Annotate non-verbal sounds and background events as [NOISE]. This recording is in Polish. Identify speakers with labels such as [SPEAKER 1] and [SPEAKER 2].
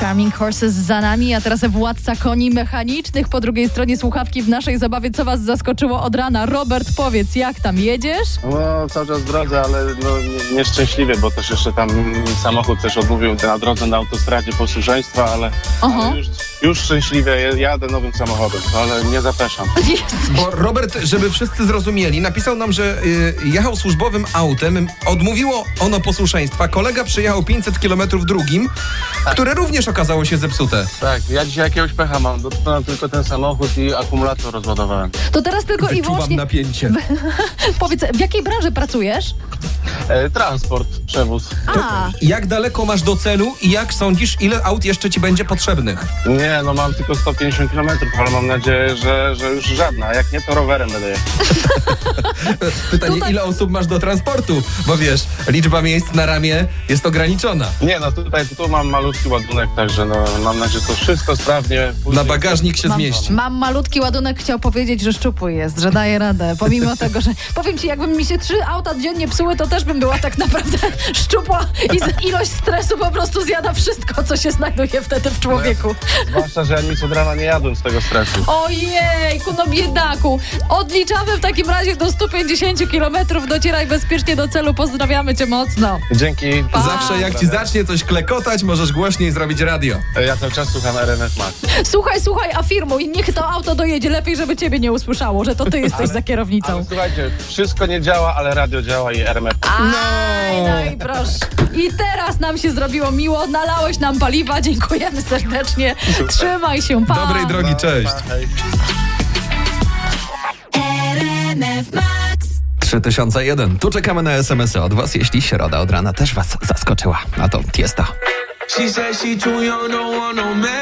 [SPEAKER 1] Charming Horses za nami, a teraz władca koni mechanicznych. Po drugiej stronie słuchawki w naszej zabawie. Co was zaskoczyło od rana? Robert, powiedz, jak tam jedziesz?
[SPEAKER 2] No, cały czas w drodze, ale no, nie- nieszczęśliwie, bo też jeszcze tam samochód też odmówił na drodze na autostradzie posłuszeństwa, ale,
[SPEAKER 1] Oho.
[SPEAKER 2] ale już, już szczęśliwie je- jadę nowym samochodem, no, ale nie zapraszam.
[SPEAKER 1] Jest.
[SPEAKER 3] Bo Robert, żeby wszyscy zrozumieli, napisał nam, że y, jechał służbowym autem, odmówiło ono posłuszeństwa. Kolega przyjechał 500 km drugim, które również okazało się zepsute.
[SPEAKER 2] Tak, ja dzisiaj jakiegoś pecha mam, dotknąłem tylko ten samochód i akumulator rozładowałem.
[SPEAKER 1] To teraz tylko No i
[SPEAKER 3] Wyczuwam
[SPEAKER 1] wyłącznie
[SPEAKER 3] napięcie.
[SPEAKER 1] powiedz, w jakiej branży pracujesz?
[SPEAKER 2] E, transport, przewóz.
[SPEAKER 1] A,
[SPEAKER 3] Jak daleko masz do celu i jak sądzisz, ile aut jeszcze ci będzie potrzebnych?
[SPEAKER 2] Nie, no mam tylko 150 km, ale mam nadzieję, że, że już żadna, a jak nie to rowerem będę jechał.
[SPEAKER 3] E, Pytanie,
[SPEAKER 1] Tutaj-
[SPEAKER 3] ile osób masz do transportu? Bo wiesz, liczba miejsc na ramię jest ograniczona.
[SPEAKER 2] Nie, no tutaj tu mam malutki ładunek, także no, mam nadzieję, że to wszystko sprawnie.
[SPEAKER 3] Na
[SPEAKER 2] później-
[SPEAKER 3] bagażnik się
[SPEAKER 1] mam,
[SPEAKER 3] zmieści.
[SPEAKER 1] mam malutki ładunek, chciał powiedzieć, że szczupły jest, że daje radę. Pomimo tego, że powiem ci, jakby mi się trzy auta dziennie psuły, to też bym była tak naprawdę [LAUGHS] szczupła i z, ilość stresu po prostu zjada wszystko, co się znajduje wtedy w człowieku.
[SPEAKER 2] Zwłaszcza, że ja nic od rana nie jadłem z tego stresu.
[SPEAKER 1] Ojejku, no biedaku. Odliczamy w takim razie do 150 km. Docieraj bezpiecznie do celu. Pozdrawiamy cię mocno.
[SPEAKER 2] Dzięki.
[SPEAKER 1] Pa.
[SPEAKER 3] Zawsze jak ci zacznie coś klekotać, możesz głośniej zrobić radio.
[SPEAKER 2] E, Ja cały czas słucham RMF Max.
[SPEAKER 1] Słuchaj, słuchaj, afirmuj. Niech to auto dojedzie. Lepiej, żeby ciebie nie usłyszało, że to ty jesteś za
[SPEAKER 2] Ale
[SPEAKER 1] kierownicą.
[SPEAKER 2] słuchajcie, wszystko nie działa, ale radio działa i RMF.
[SPEAKER 1] Aj, no i proszę. I teraz nam się zrobiło miło. Nalałeś nam paliwa. Dziękujemy serdecznie. Trzymaj się. Pa.
[SPEAKER 3] Dobrej drogi, cześć.
[SPEAKER 2] Pa, hej.
[SPEAKER 3] 3001. Tu czekamy na SMS-y y od Was, jeśli środa od rana też Was zaskoczyła. A to jest to.
[SPEAKER 4] She said she too young, don't want no man.